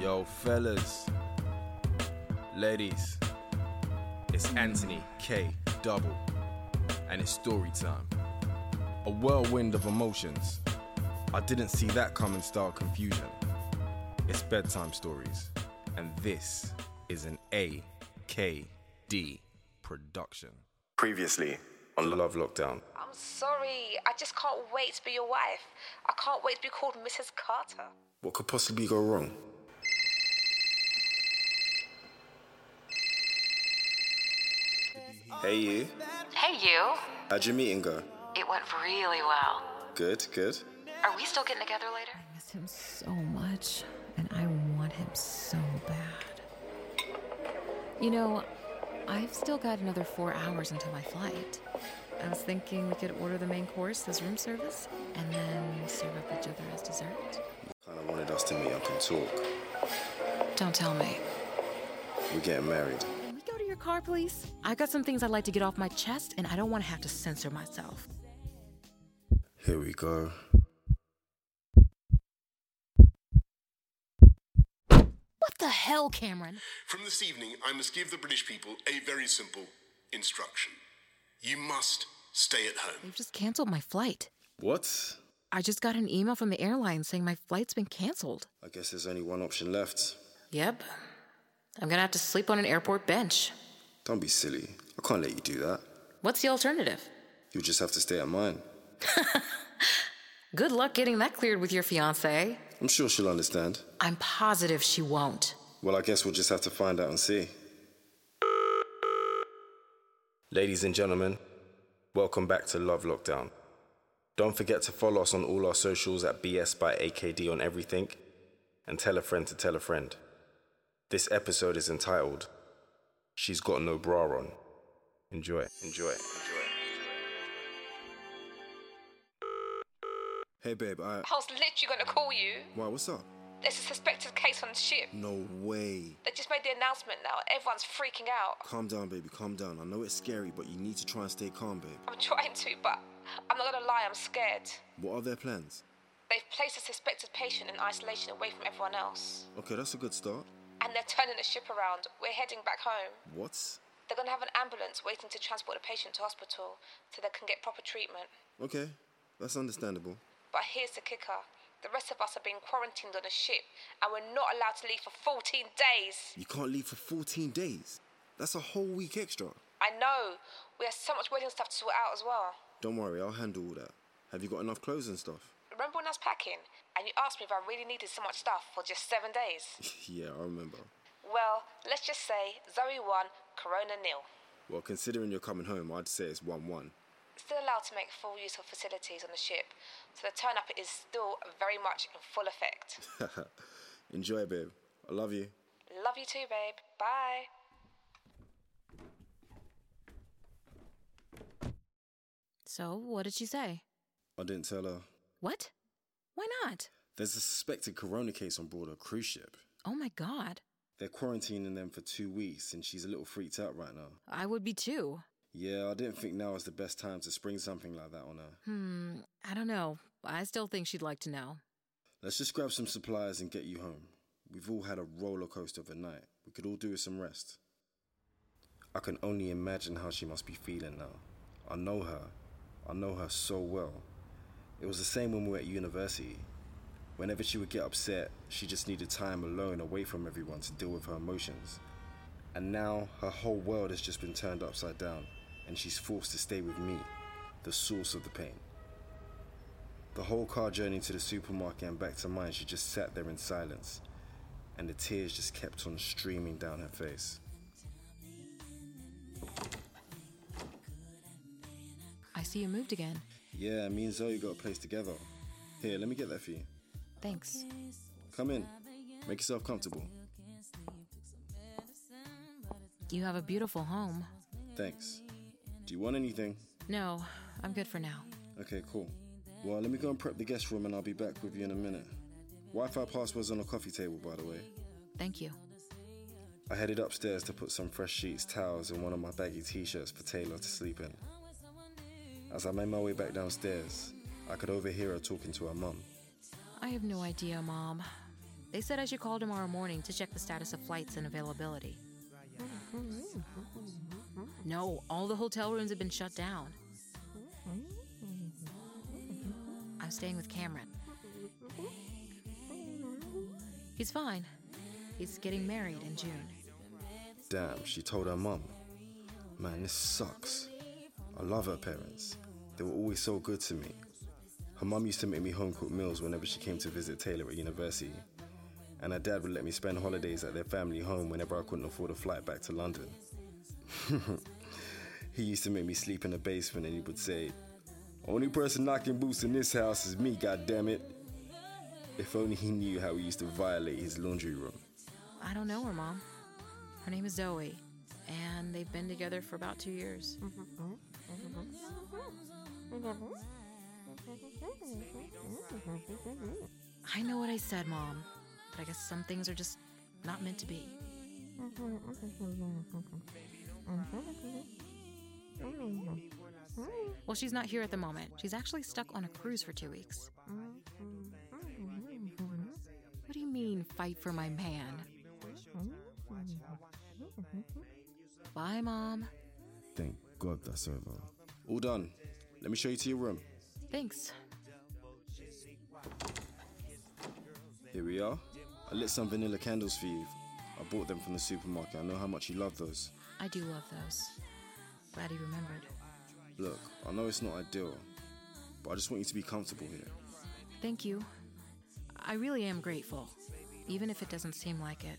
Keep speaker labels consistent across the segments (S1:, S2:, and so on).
S1: Yo, fellas, ladies, it's Anthony K. Double, and it's story time. A whirlwind of emotions. I didn't see that coming style confusion. It's bedtime stories, and this is an AKD production. Previously on Love Lockdown.
S2: I'm sorry. I just can't wait to be your wife. I can't wait to be called Mrs. Carter.
S1: What could possibly go wrong? Hey you,
S3: Hey, you.
S1: how'd your meeting go?
S3: It went really well.
S1: Good, good.
S3: Are we still getting together later?
S4: miss him so much, and I want him so bad. You know, I've still got another four hours until my flight. I was thinking we could order the main course as room service, and then serve up each other as dessert.
S1: Kinda wanted us to meet up and talk.
S4: Don't tell me.
S1: We're getting married.
S4: Can we go to your car, please? I've got some things I'd like to get off my chest, and I don't want to have to censor myself.
S1: Here we go.
S4: What the hell, Cameron?
S5: From this evening, I must give the British people a very simple instruction. You must stay at home.
S4: They've just canceled my flight.
S1: What?
S4: I just got an email from the airline saying my flight's been canceled.
S1: I guess there's only one option left.
S4: Yep. I'm gonna have to sleep on an airport bench.
S1: Don't be silly. I can't let you do that.
S4: What's the alternative?
S1: You'll just have to stay at mine.
S4: Good luck getting that cleared with your fiance.
S1: I'm sure she'll understand.
S4: I'm positive she won't.
S1: Well, I guess we'll just have to find out and see. Ladies and gentlemen, welcome back to Love Lockdown. Don't forget to follow us on all our socials at BS by AKD on everything and tell a friend to tell a friend. This episode is entitled She's Got No Bra On. Enjoy, enjoy, enjoy. Hey babe, I.
S2: I was literally going to call you.
S1: Why, what's up?
S2: There's a suspected case on the ship.
S1: No way.
S2: They just made the announcement now. Everyone's freaking out.
S1: Calm down, baby, calm down. I know it's scary, but you need to try and stay calm, babe.
S2: I'm trying to, but I'm not going to lie, I'm scared.
S1: What are their plans?
S2: They've placed a suspected patient in isolation away from everyone else.
S1: Okay, that's a good start.
S2: And they're turning the ship around. We're heading back home.
S1: What?
S2: They're going to have an ambulance waiting to transport the patient to hospital so they can get proper treatment.
S1: Okay, that's understandable.
S2: But here's the kicker. The rest of us are being quarantined on a ship and we're not allowed to leave for 14 days.
S1: You can't leave for 14 days. That's a whole week extra.
S2: I know. We have so much wedding stuff to sort out as well.
S1: Don't worry, I'll handle all that. Have you got enough clothes and stuff?
S2: Remember when I was packing and you asked me if I really needed so much stuff for just seven days?
S1: yeah, I remember.
S2: Well, let's just say Zoe won, Corona nil.
S1: Well, considering you're coming home, I'd say it's 1 1.
S2: Still allowed to make full use of facilities on the ship, so the turn up is still very much in full effect.
S1: Enjoy, babe. I love you.
S2: Love you too, babe. Bye.
S4: So, what did she say?
S1: I didn't tell her.
S4: What? Why not?
S1: There's a suspected corona case on board a cruise ship.
S4: Oh my god.
S1: They're quarantining them for two weeks, and she's a little freaked out right now.
S4: I would be too.
S1: Yeah, I didn't think now is the best time to spring something like that on her.
S4: Hmm, I don't know. I still think she'd like to know.
S1: Let's just grab some supplies and get you home. We've all had a roller coaster of a night. We could all do with some rest. I can only imagine how she must be feeling now. I know her. I know her so well. It was the same when we were at university. Whenever she would get upset, she just needed time alone away from everyone to deal with her emotions. And now her whole world has just been turned upside down, and she's forced to stay with me, the source of the pain. The whole car journey to the supermarket and back to mine, she just sat there in silence, and the tears just kept on streaming down her face.
S4: I see you moved again.
S1: Yeah, me and Zoe got a place together. Here, let me get that for you.
S4: Thanks.
S1: Come in, make yourself comfortable.
S4: You have a beautiful home.
S1: Thanks. Do you want anything?
S4: No, I'm good for now.
S1: Okay, cool. Well, let me go and prep the guest room and I'll be back with you in a minute. Wi Fi password's on the coffee table, by the way.
S4: Thank you.
S1: I headed upstairs to put some fresh sheets, towels, and one of my baggy t shirts for Taylor to sleep in. As I made my way back downstairs, I could overhear her talking to her mum.
S4: I have no idea, Mom. They said I should call tomorrow morning to check the status of flights and availability. No, all the hotel rooms have been shut down. I'm staying with Cameron. He's fine. He's getting married in June.
S1: Damn, she told her mum. Man, this sucks. I love her parents. They were always so good to me. Her mum used to make me home cooked meals whenever she came to visit Taylor at university. And her dad would let me spend holidays at their family home whenever I couldn't afford a flight back to London. he used to make me sleep in the basement and he would say, Only person knocking boots in this house is me, goddammit. If only he knew how he used to violate his laundry room.
S4: I don't know her, Mom. Her name is Zoe, and they've been together for about two years. I know what I said, Mom, but I guess some things are just not meant to be. Well, she's not here at the moment. She's actually stuck on a cruise for two weeks. What do you mean, fight for my man? Bye, Mom.
S1: Thank God that's over. All done. Let me show you to your room.
S4: Thanks.
S1: Here we are. I lit some vanilla candles for you. I bought them from the supermarket. I know how much you love those.
S4: I do love those. Glad he remembered.
S1: Look, I know it's not ideal, but I just want you to be comfortable here.
S4: Thank you. I really am grateful, even if it doesn't seem like it.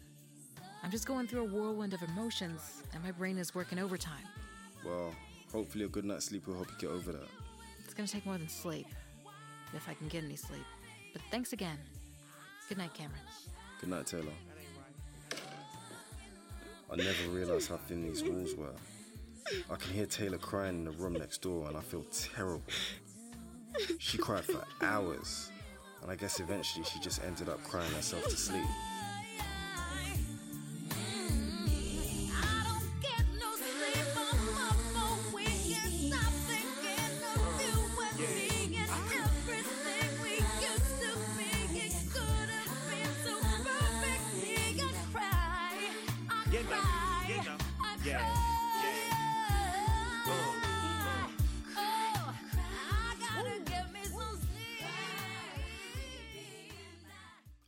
S4: I'm just going through a whirlwind of emotions, and my brain is working overtime.
S1: Well, hopefully a good night's sleep will help you get over that.
S4: It's gonna take more than sleep, if I can get any sleep. But thanks again. Good night, Cameron.
S1: Good night, Taylor. I never realized how thin these walls were. I can hear Taylor crying in the room next door, and I feel terrible. She cried for hours, and I guess eventually she just ended up crying herself to sleep.
S6: You know, you know, yeah,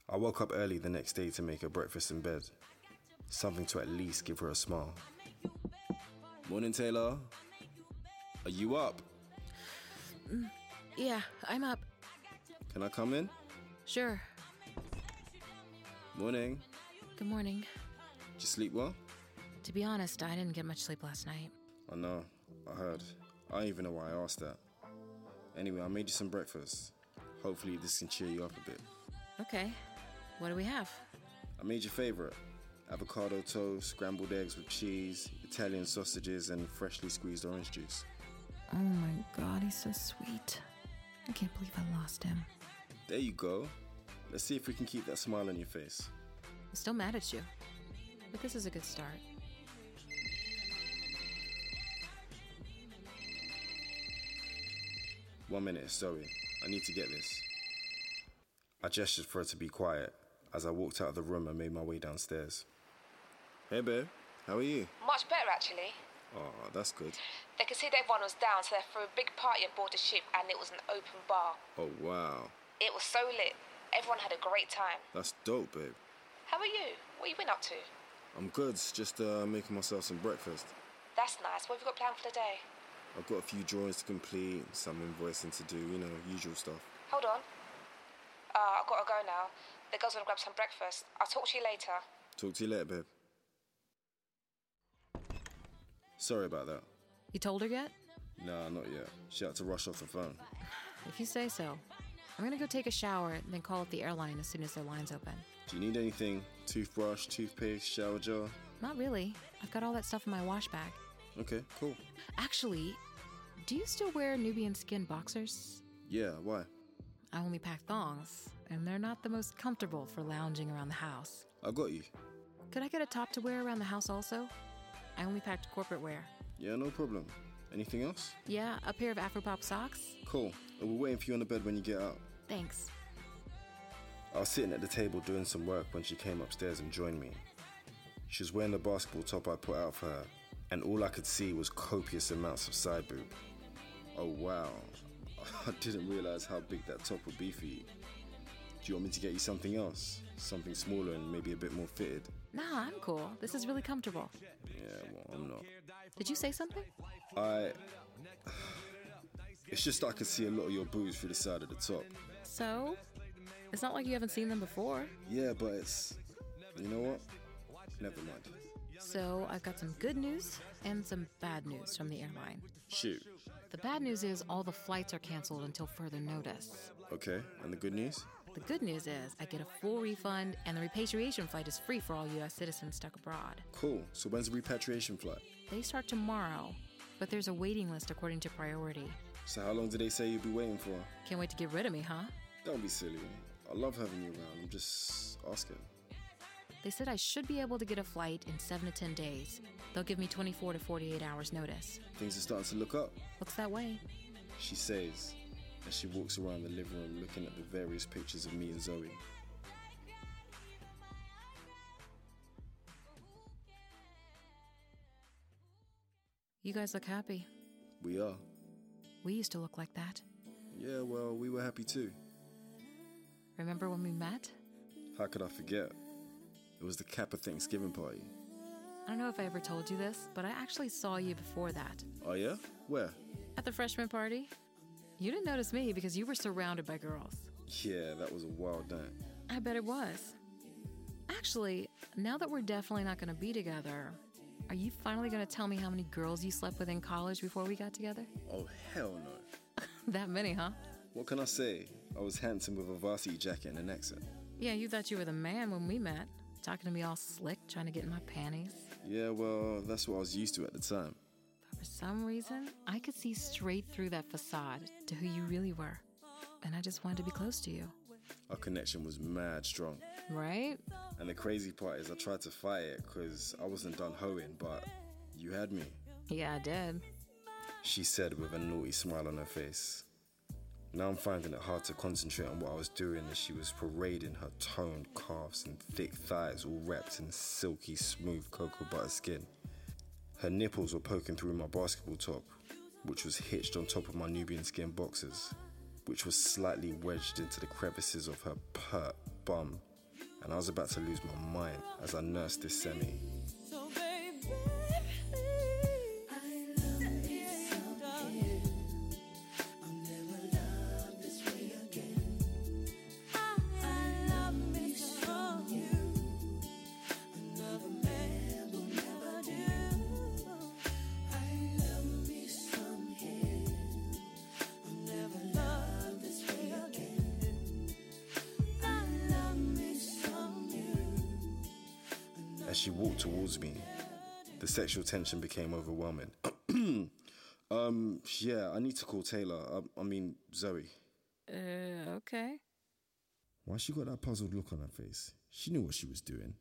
S1: I woke up early the next day to make her breakfast in bed. Something to at least give her a smile. Morning, Taylor. Are you up?
S4: Yeah, I'm up.
S1: Can I come in?
S4: Sure.
S1: Morning.
S4: Good morning.
S1: Did you sleep well?
S4: To be honest, I didn't get much sleep last night.
S1: I know. I heard. I don't even know why I asked that. Anyway, I made you some breakfast. Hopefully, this can cheer you up a bit.
S4: Okay. What do we have?
S1: I made your favorite avocado toast, scrambled eggs with cheese, Italian sausages, and freshly squeezed orange juice.
S7: Oh my god, he's so sweet. I can't believe I lost him.
S1: There you go. Let's see if we can keep that smile on your face.
S4: I'm still mad at you. But this is a good start.
S1: One minute, sorry. I need to get this. I gestured for her to be quiet as I walked out of the room and made my way downstairs. Hey, babe. How are you?
S2: Much better, actually.
S1: Oh, that's good.
S2: They could see their one was down, so they threw a big party aboard the ship, and it was an open bar.
S1: Oh, wow.
S2: It was so lit. Everyone had a great time.
S1: That's dope, babe.
S2: How are you? What you been up to?
S1: I'm good. Just uh, making myself some breakfast.
S2: That's nice. What have you got planned for the day?
S1: I've got a few drawings to complete, some invoicing to do, you know, usual stuff.
S2: Hold on. Uh, I've got to go now. The girls want to grab some breakfast. I'll talk to you later.
S1: Talk to you later, babe. Sorry about that.
S4: You told her yet?
S1: Nah, not yet. She had to rush off the phone.
S4: If you say so. I'm gonna go take a shower and then call up the airline as soon as their lines open.
S1: Do you need anything? Toothbrush, toothpaste, shower gel?
S4: Not really. I've got all that stuff in my wash bag.
S1: Okay, cool.
S4: Actually, do you still wear Nubian skin boxers?
S1: Yeah, why?
S4: I only pack thongs, and they're not the most comfortable for lounging around the house.
S1: I got you.
S4: Could I get a top to wear around the house also? I only packed corporate wear.
S1: Yeah, no problem. Anything else?
S4: Yeah, a pair of Afropop socks?
S1: Cool. We're waiting for you on the bed when you get out.
S4: Thanks.
S1: I was sitting at the table doing some work when she came upstairs and joined me. She was wearing the basketball top I put out for her, and all I could see was copious amounts of side boob. Oh wow, I didn't realize how big that top would be for you. Do you want me to get you something else? Something smaller and maybe a bit more fitted?
S7: Nah, I'm cool. This is really comfortable.
S1: Yeah, well, I'm not.
S7: Did you say something?
S1: I. It's just I could see a lot of your boobs through the side of the top.
S4: So? It's not like you haven't seen them before.
S1: Yeah, but it's. You know what? Never mind.
S4: So, I've got some good news and some bad news from the airline.
S1: Shoot.
S4: The bad news is all the flights are canceled until further notice.
S1: Okay, and the good news?
S4: The good news is I get a full refund and the repatriation flight is free for all US citizens stuck abroad.
S1: Cool. So when's the repatriation flight?
S4: They start tomorrow, but there's a waiting list according to priority.
S1: So how long did they say you'd be waiting for?
S4: Can't wait to get rid of me, huh?
S1: Don't be silly. I love having you around. I'm just asking.
S4: They said I should be able to get a flight in 7 to 10 days. They'll give me 24 to 48 hours notice.
S1: Things are starting to look up.
S4: Looks that way.
S1: She says, as she walks around the living room looking at the various pictures of me and Zoe.
S4: You guys look happy.
S1: We are.
S4: We used to look like that.
S1: Yeah, well, we were happy too.
S4: Remember when we met?
S1: How could I forget? It was the Kappa Thanksgiving party.
S4: I don't know if I ever told you this, but I actually saw you before that
S1: Oh, yeah? Where?
S4: at the freshman party. You didn't notice me because you were surrounded by girls.
S1: Yeah, that was a wild night.
S4: I bet it was. Actually, now that we're definitely not going to be together, are you finally going to tell me how many girls you slept with in college before we got together?
S1: Oh, hell no.
S4: that many, huh?
S1: What can I say? I was handsome with a varsity jacket and an accent.
S4: Yeah, you thought you were the man when we met, talking to me all slick, trying to get in my panties.
S1: Yeah, well, that's what I was used to at the time.
S4: But for some reason, I could see straight through that facade to who you really were. And I just wanted to be close to you,
S1: Our connection was mad strong.
S4: right?
S1: And the crazy part is, I tried to fight it because I wasn't done hoeing, but you had me.
S4: Yeah, I did.
S1: She said with a naughty smile on her face. Now I'm finding it hard to concentrate on what I was doing as she was parading her toned calves and thick thighs all wrapped in silky smooth cocoa butter skin. Her nipples were poking through my basketball top, which was hitched on top of my Nubian skin boxers, which was slightly wedged into the crevices of her pert bum, and I was about to lose my mind as I nursed this semi.
S6: So baby, I love you so dear. I'll never love this way again. I love me so.
S1: As she walked towards me, the sexual tension became overwhelming. um, yeah, I need to call Taylor. I, I mean, Zoe.
S4: Uh, okay.
S1: Why she got that puzzled look on her face? She knew what she was doing.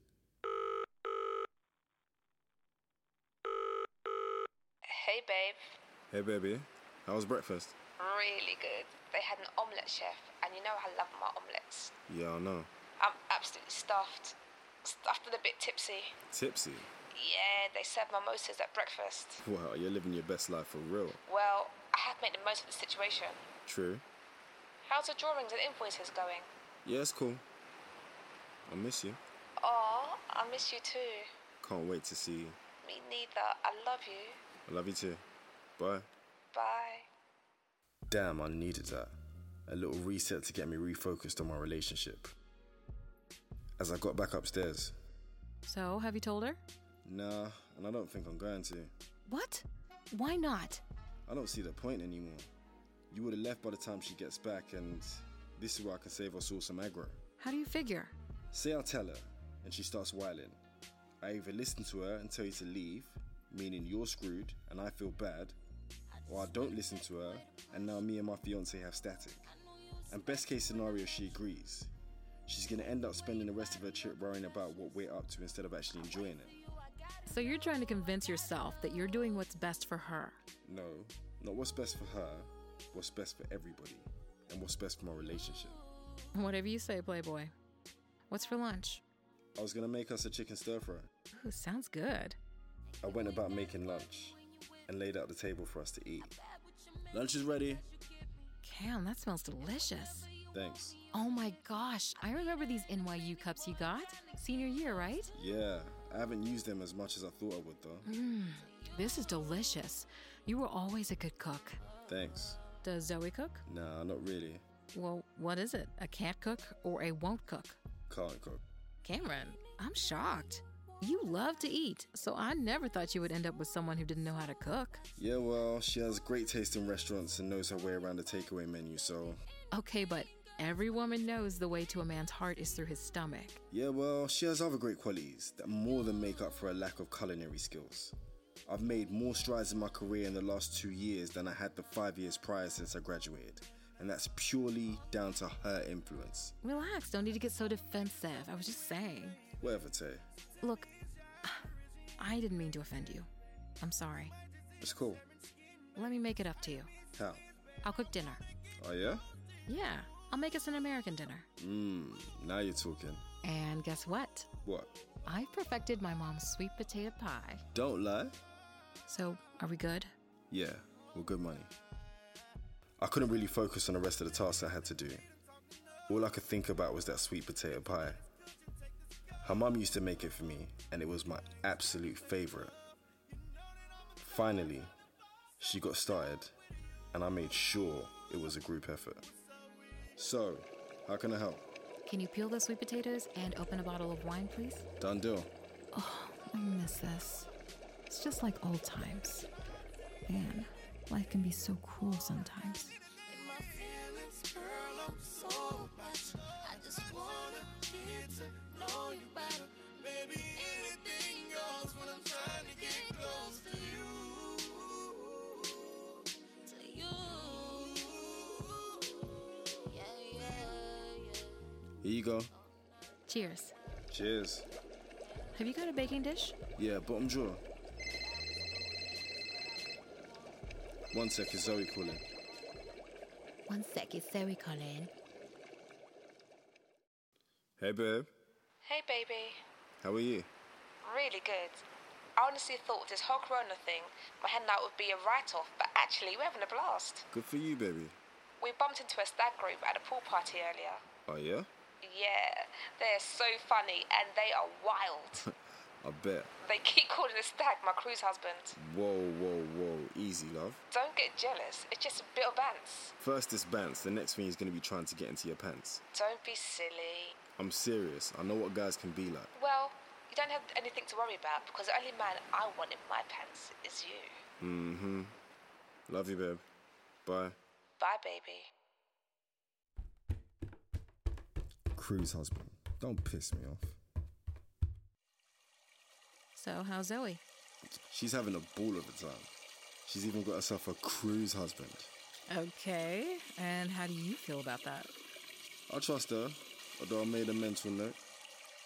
S2: Hey, babe.
S1: Hey, baby. How was breakfast?
S2: Really good. They had an omelette chef, and you know I love my omelettes.
S1: Yeah, I know.
S2: I'm absolutely stuffed. Stuffed and a bit tipsy.
S1: Tipsy.
S2: Yeah, they served mimosas at breakfast.
S1: Wow, you're living your best life for real.
S2: Well, I have made the most of the situation.
S1: True.
S2: How's the drawings and invoices going?
S1: Yeah, it's cool. I miss you.
S2: Oh, I miss you too.
S1: Can't wait to see you.
S2: Me neither. I love you.
S1: I love you too. Bye.
S2: Bye.
S1: Damn, I needed that. A little reset to get me refocused on my relationship. As I got back upstairs,
S4: So, have you told her?
S1: nah, and I don't think I'm going to.
S4: What? Why not?
S1: I don't see the point anymore. You would have left by the time she gets back, and this is where I can save us all some aggro.
S4: How do you figure?
S1: Say I tell her, and she starts whiling. I either listen to her and tell you to leave, meaning you're screwed and I feel bad, or I don't listen to her and now me and my fiance have static. And best case scenario, she agrees. She's gonna end up spending the rest of her trip worrying about what we're up to instead of actually enjoying it.
S4: So, you're trying to convince yourself that you're doing what's best for her.
S1: No, not what's best for her, what's best for everybody, and what's best for my relationship.
S4: Whatever you say, Playboy. What's for lunch?
S1: I was gonna make us a chicken stir fry.
S4: Ooh, sounds good.
S1: I went about making lunch and laid out the table for us to eat. Lunch is ready.
S4: Cam, that smells delicious.
S1: Thanks.
S4: Oh my gosh, I remember these NYU cups you got. Senior year, right?
S1: Yeah, I haven't used them as much as I thought I would though.
S4: This is delicious. You were always a good cook.
S1: Thanks.
S4: Does Zoe cook?
S1: Nah, not really.
S4: Well, what is it? A can't cook or a won't cook?
S1: Can't cook.
S4: Cameron, I'm shocked. You love to eat, so I never thought you would end up with someone who didn't know how to cook.
S1: Yeah, well, she has great taste in restaurants and knows her way around the takeaway menu, so.
S4: Okay, but every woman knows the way to a man's heart is through his stomach.
S1: Yeah, well, she has other great qualities that more than make up for her lack of culinary skills. I've made more strides in my career in the last two years than I had the five years prior since I graduated, and that's purely down to her influence.
S4: Relax, don't need to get so defensive. I was just saying.
S1: Whatever, Tay.
S4: Look, I didn't mean to offend you. I'm sorry.
S1: It's cool.
S4: Let me make it up to you.
S1: How?
S4: I'll cook dinner.
S1: Oh, yeah?
S4: Yeah, I'll make us an American dinner.
S1: Mmm, now you're talking.
S4: And guess what?
S1: What?
S4: I've perfected my mom's sweet potato pie.
S1: Don't lie?
S4: So, are we good?
S1: Yeah, well, good money. I couldn't really focus on the rest of the tasks I had to do. All I could think about was that sweet potato pie. Her mum used to make it for me, and it was my absolute favourite. Finally, she got started, and I made sure it was a group effort. So, how can I help?
S4: Can you peel those sweet potatoes and open a bottle of wine, please?
S1: Done deal.
S7: I miss this. It's just like old times. Man, life can be so cruel sometimes.
S1: Here you go.
S4: Cheers.
S1: Cheers.
S4: Have you got a baking dish?
S1: Yeah, bottom drawer. One sec, is Zoe calling?
S4: One sec, it's Zoe calling.
S1: Hey, babe.
S2: Hey, baby.
S1: How are you?
S2: Really good. I honestly thought with this whole corona thing, my hangout would be a write off, but actually, we're having a blast.
S1: Good for you, baby.
S2: We bumped into a stag group at a pool party earlier.
S1: Oh, yeah?
S2: Yeah, they're so funny and they are wild.
S1: I bet.
S2: they keep calling a stag my cruise husband.
S1: Whoa, whoa, whoa. Easy, love.
S2: Don't get jealous, it's just a bit of bants.
S1: First, this bants. The next thing is going to be trying to get into your pants.
S2: Don't be silly.
S1: I'm serious. I know what guys can be like.
S2: Well, you don't have anything to worry about because the only man I want in my pants is you.
S1: Mm hmm. Love you, babe. Bye.
S2: Bye, baby.
S1: Cruise husband. Don't piss me off.
S4: So, how's Zoe?
S1: She's having a ball of the time. She's even got herself a cruise husband.
S4: Okay, and how do you feel about that?
S1: I trust her, although I made a mental note.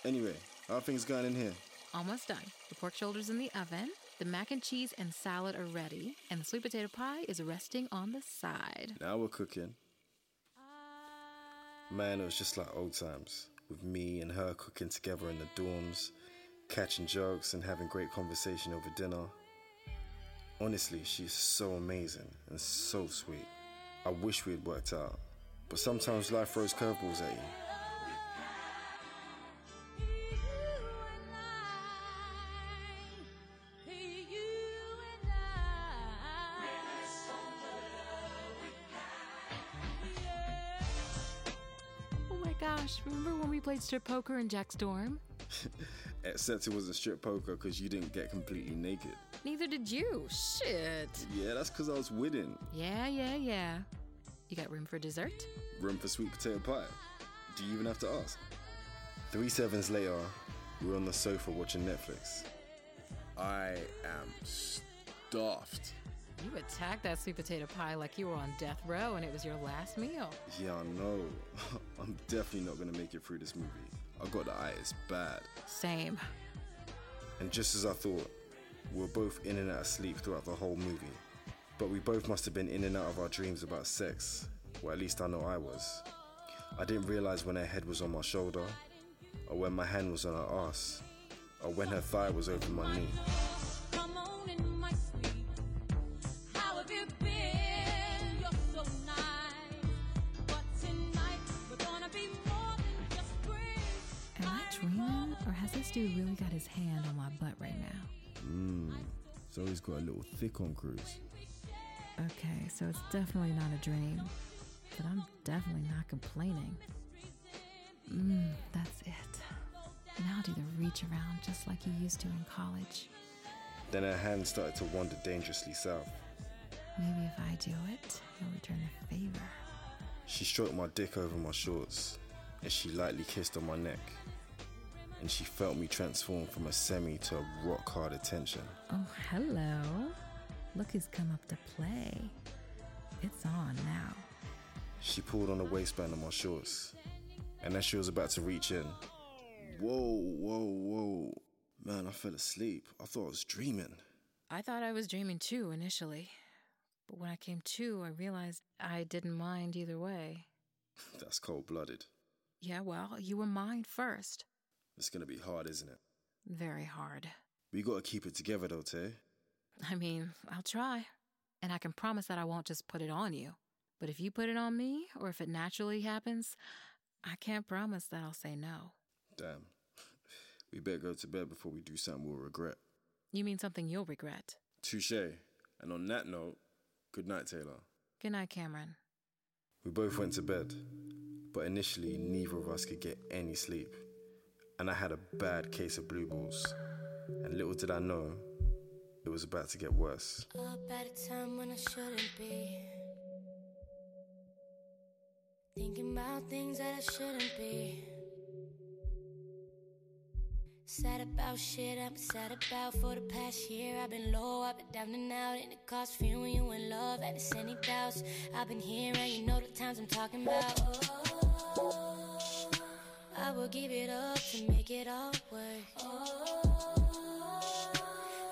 S1: Anyway, how are things going in here?
S4: Almost done. The pork shoulder's in the oven, the mac and cheese and salad are ready, and the sweet potato pie is resting on the side.
S1: Now we're cooking. Man, it was just like old times with me and her cooking together in the dorms, catching jokes and having great conversation over dinner. Honestly, she's so amazing and so sweet. I wish we had worked out, but sometimes life throws curveballs at you.
S4: Oh my gosh, remember when we played strip poker in Jack's dorm?
S1: Except it wasn't strip poker because you didn't get completely naked.
S4: Neither did you. Shit.
S1: Yeah, that's because I was winning.
S4: Yeah, yeah, yeah. You got room for dessert?
S1: room for sweet potato pie. Do you even have to ask? Three sevens later, we're on the sofa watching Netflix. I am stuffed.
S4: You attacked that sweet potato pie like you were on death row and it was your last meal.
S1: Yeah, I know. I'm definitely not gonna make it through this movie. I got the eye, it's bad.
S4: Same.
S1: And just as I thought, we were both in and out of sleep throughout the whole movie. But we both must have been in and out of our dreams about sex. Well, at least I know I was. I didn't realize when her head was on my shoulder, or when my hand was on her ass, or when her thigh was over my knee.
S6: Come on in, my sweet. How have you been? You're so nice. But tonight, we're gonna be more than just friends.
S7: Am I dreaming, or has this dude really got his hand on my butt right now?
S1: So he's got a little thick on Cruz.
S7: Okay, so it's definitely not a dream, but I'm definitely not complaining. Mmm, that's it. Now do the reach around just like you used to in college.
S1: Then her hand started to wander dangerously south.
S7: Maybe if I do it, you'll return the favor.
S1: She stroked my dick over my shorts, and she lightly kissed on my neck. And she felt me transform from a semi to a rock hard attention.
S7: Oh, hello. Look who's come up to play. It's on now.
S1: She pulled on the waistband of my shorts, and as she was about to reach in, whoa, whoa, whoa. Man, I fell asleep. I thought I was dreaming.
S4: I thought I was dreaming too initially, but when I came to, I realized I didn't mind either way.
S1: That's cold blooded.
S4: Yeah, well, you were mine first.
S1: It's gonna be hard, isn't it?
S4: Very hard.
S1: We gotta keep it together though, Tay.
S4: I mean, I'll try. And I can promise that I won't just put it on you. But if you put it on me, or if it naturally happens, I can't promise that I'll say no.
S1: Damn. We better go to bed before we do something we'll regret.
S4: You mean something you'll regret.
S1: Touche. And on that note, good night, Taylor.
S4: Good night, Cameron.
S1: We both went to bed, but initially neither of us could get any sleep. And I had a bad case of blue balls. And little did I know, it was about to get worse.
S6: Up at a time when I shouldn't be. Thinking about things that I shouldn't be. Sad about shit I've been sad about for the past year. I've been low, I've been down and out, and it costs feeling you in love. And it's any doubts. I've been here, and you know the times I'm talking about. Oh, I will give it up to make it all work.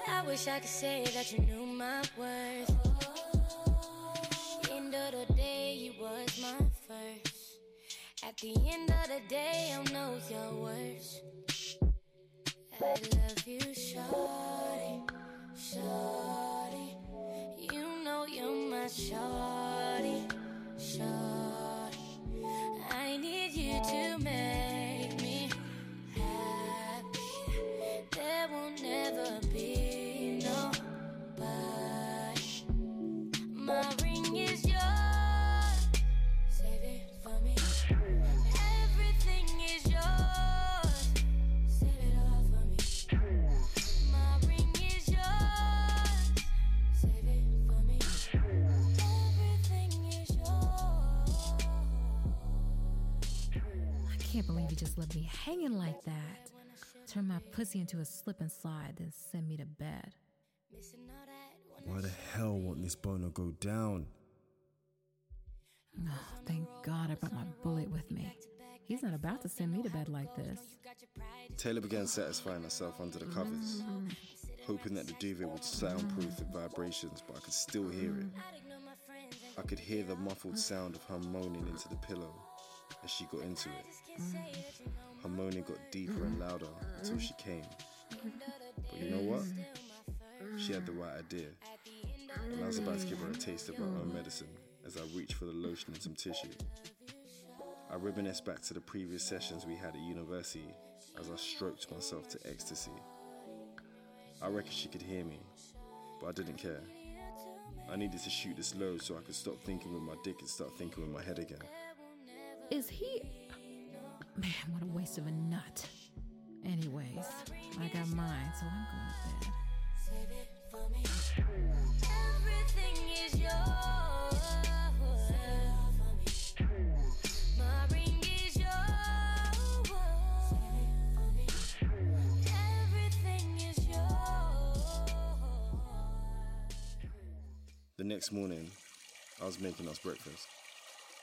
S6: I wish I could say that you knew my worth. End of the day, you was my first. At the end of the day, I'll know your worth. I love you, shorty, shorty. You know you're my shorty, shorty. I need you to make me happy. There will never be nobody. My ring is yours. Save it for me. Everything is yours. Save it all for me. My ring is yours. Save it for me. Everything is yours.
S7: I can't believe you just left me hanging like that. Turn my pussy into a slip and slide, then send me to bed.
S6: Missing all that when
S1: Why the hell won't this boner go down?
S7: Oh, thank God I brought my bullet with me. He's not about to send me to bed like this.
S1: Taylor began satisfying herself under the covers, hoping that the duvet would soundproof the vibrations, but I could still hear it. I could hear the muffled sound of her moaning into the pillow as she got into it. Her moaning got deeper and louder until she came. But you know what? She had the right idea, and I was about to give her a taste of her own medicine as I reached for the lotion and some tissue. I reminisced back to the previous sessions we had at university as I stroked myself to ecstasy. I reckon she could hear me, but I didn't care. I needed to shoot this low so I could stop thinking with my dick and start thinking with my head again.
S7: Is he. Man, what a waste of a nut. Anyways, I got mine, so I'm going to bed.
S6: Save it for me. Everything is yours. Save it all for me. My ring is yours. Save it for me. Everything is yours.
S1: The next morning, I was making us breakfast.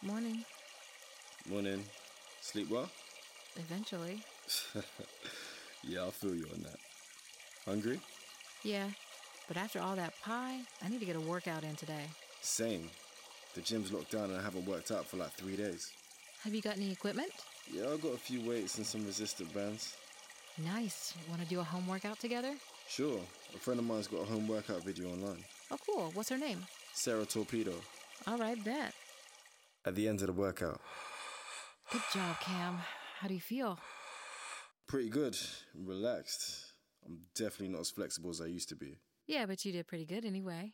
S4: Morning.
S1: Morning. Sleep well?
S4: Eventually.
S1: Yeah, I feel you on that. Hungry?
S4: Yeah. But after all that pie, I need to get a workout in today.
S1: Same. The gym's locked down and I haven't worked out for like three days.
S4: Have you got any equipment?
S1: Yeah, I got a few weights and some resistant bands.
S4: Nice. Want to do a home workout together?
S1: Sure, a friend of mine's got a home workout video online.
S4: Oh, cool. What's her name?
S1: Sarah Torpedo.
S4: All right, bet.
S1: At the end of the workout,
S4: Good job, Cam. How do you feel?
S1: pretty good, relaxed. I'm definitely not as flexible as I used to be.
S4: Yeah, but you did pretty good anyway.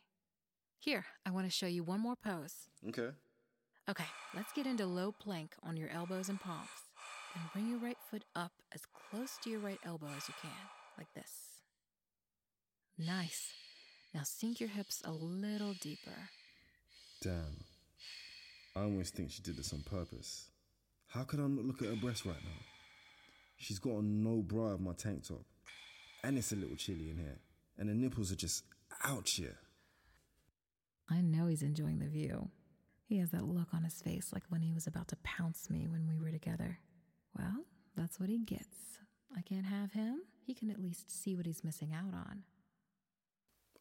S4: Here, I want to show you one more pose.
S1: Okay.
S4: Okay, let's get into low plank on your elbows and palms. And bring your right foot up as close to your right elbow as you can, like this. Nice. Now sink your hips a little deeper.
S1: Damn. I almost think she did this on purpose. How could I not look at her breast right now? She's got on no bra of my tank top. And it's a little chilly in here. And the nipples are just out here.
S7: I know he's enjoying the view. He has that look on his face like when he was about to pounce me when we were together. Well, that's what he gets. I can't have him. He can at least see what he's missing out on.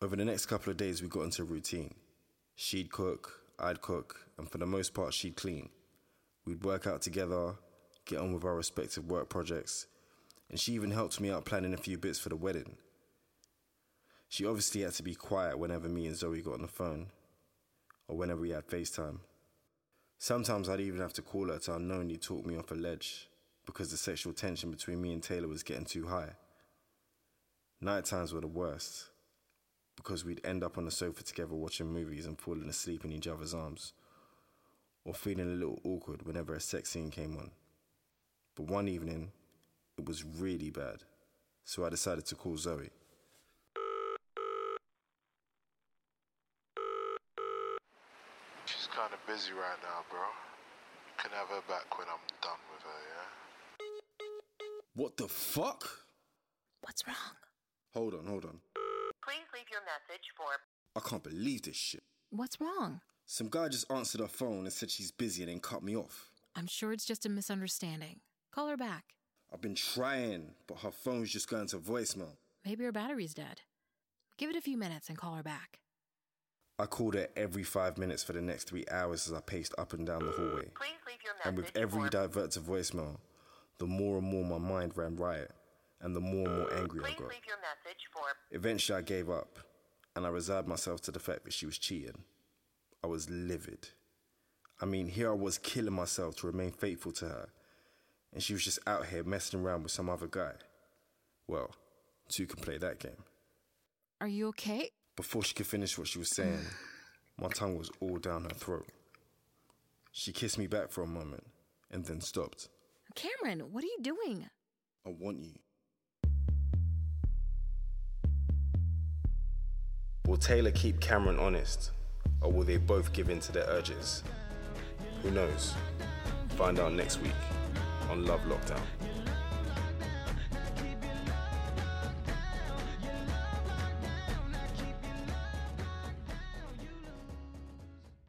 S1: Over the next couple of days, we got into a routine. She'd cook, I'd cook, and for the most part, she'd clean. We'd work out together, get on with our respective work projects, and she even helped me out planning a few bits for the wedding. She obviously had to be quiet whenever me and Zoe got on the phone, or whenever we had FaceTime. Sometimes I'd even have to call her to unknowingly talk me off a ledge because the sexual tension between me and Taylor was getting too high. Night times were the worst because we'd end up on the sofa together watching movies and falling asleep in each other's arms, or feeling a little awkward whenever a sex scene came on. But one evening, it was really bad, so I decided to call Zoe.
S8: She's kind of busy right now, bro. You can have her back when I'm done with her, yeah?
S1: What the fuck?
S4: What's wrong?
S1: Hold on, hold on.
S9: Please leave your message for
S1: I can't believe this shit.
S4: What's wrong?
S1: Some guy just answered her phone and said she's busy and then cut me off.
S4: I'm sure it's just a misunderstanding. Call her back.
S1: I've been trying, but her phone's just going to voicemail.
S4: Maybe her battery's dead. Give it a few minutes and call her back.
S1: I called her every five minutes for the next three hours as I paced up and down the hallway.
S9: please leave your message
S1: And with every
S9: for
S1: divert to voicemail, the more and more my mind ran riot, and the more and more angry I
S9: please
S1: got.
S9: leave your message for
S1: Eventually, I gave up, and I resigned myself to the fact that she was cheating. I was livid. I mean, here I was killing myself to remain faithful to her, and she was just out here messing around with some other guy. Well, two can play that game.
S4: Are you okay?
S1: Before she could finish what she was saying, my tongue was all down her throat. She kissed me back for a moment and then stopped.
S4: Cameron, what are you doing?
S1: I want you. Will Taylor keep Cameron honest, or will they both give in to their urges? Who knows? Find out next week on Love Lockdown.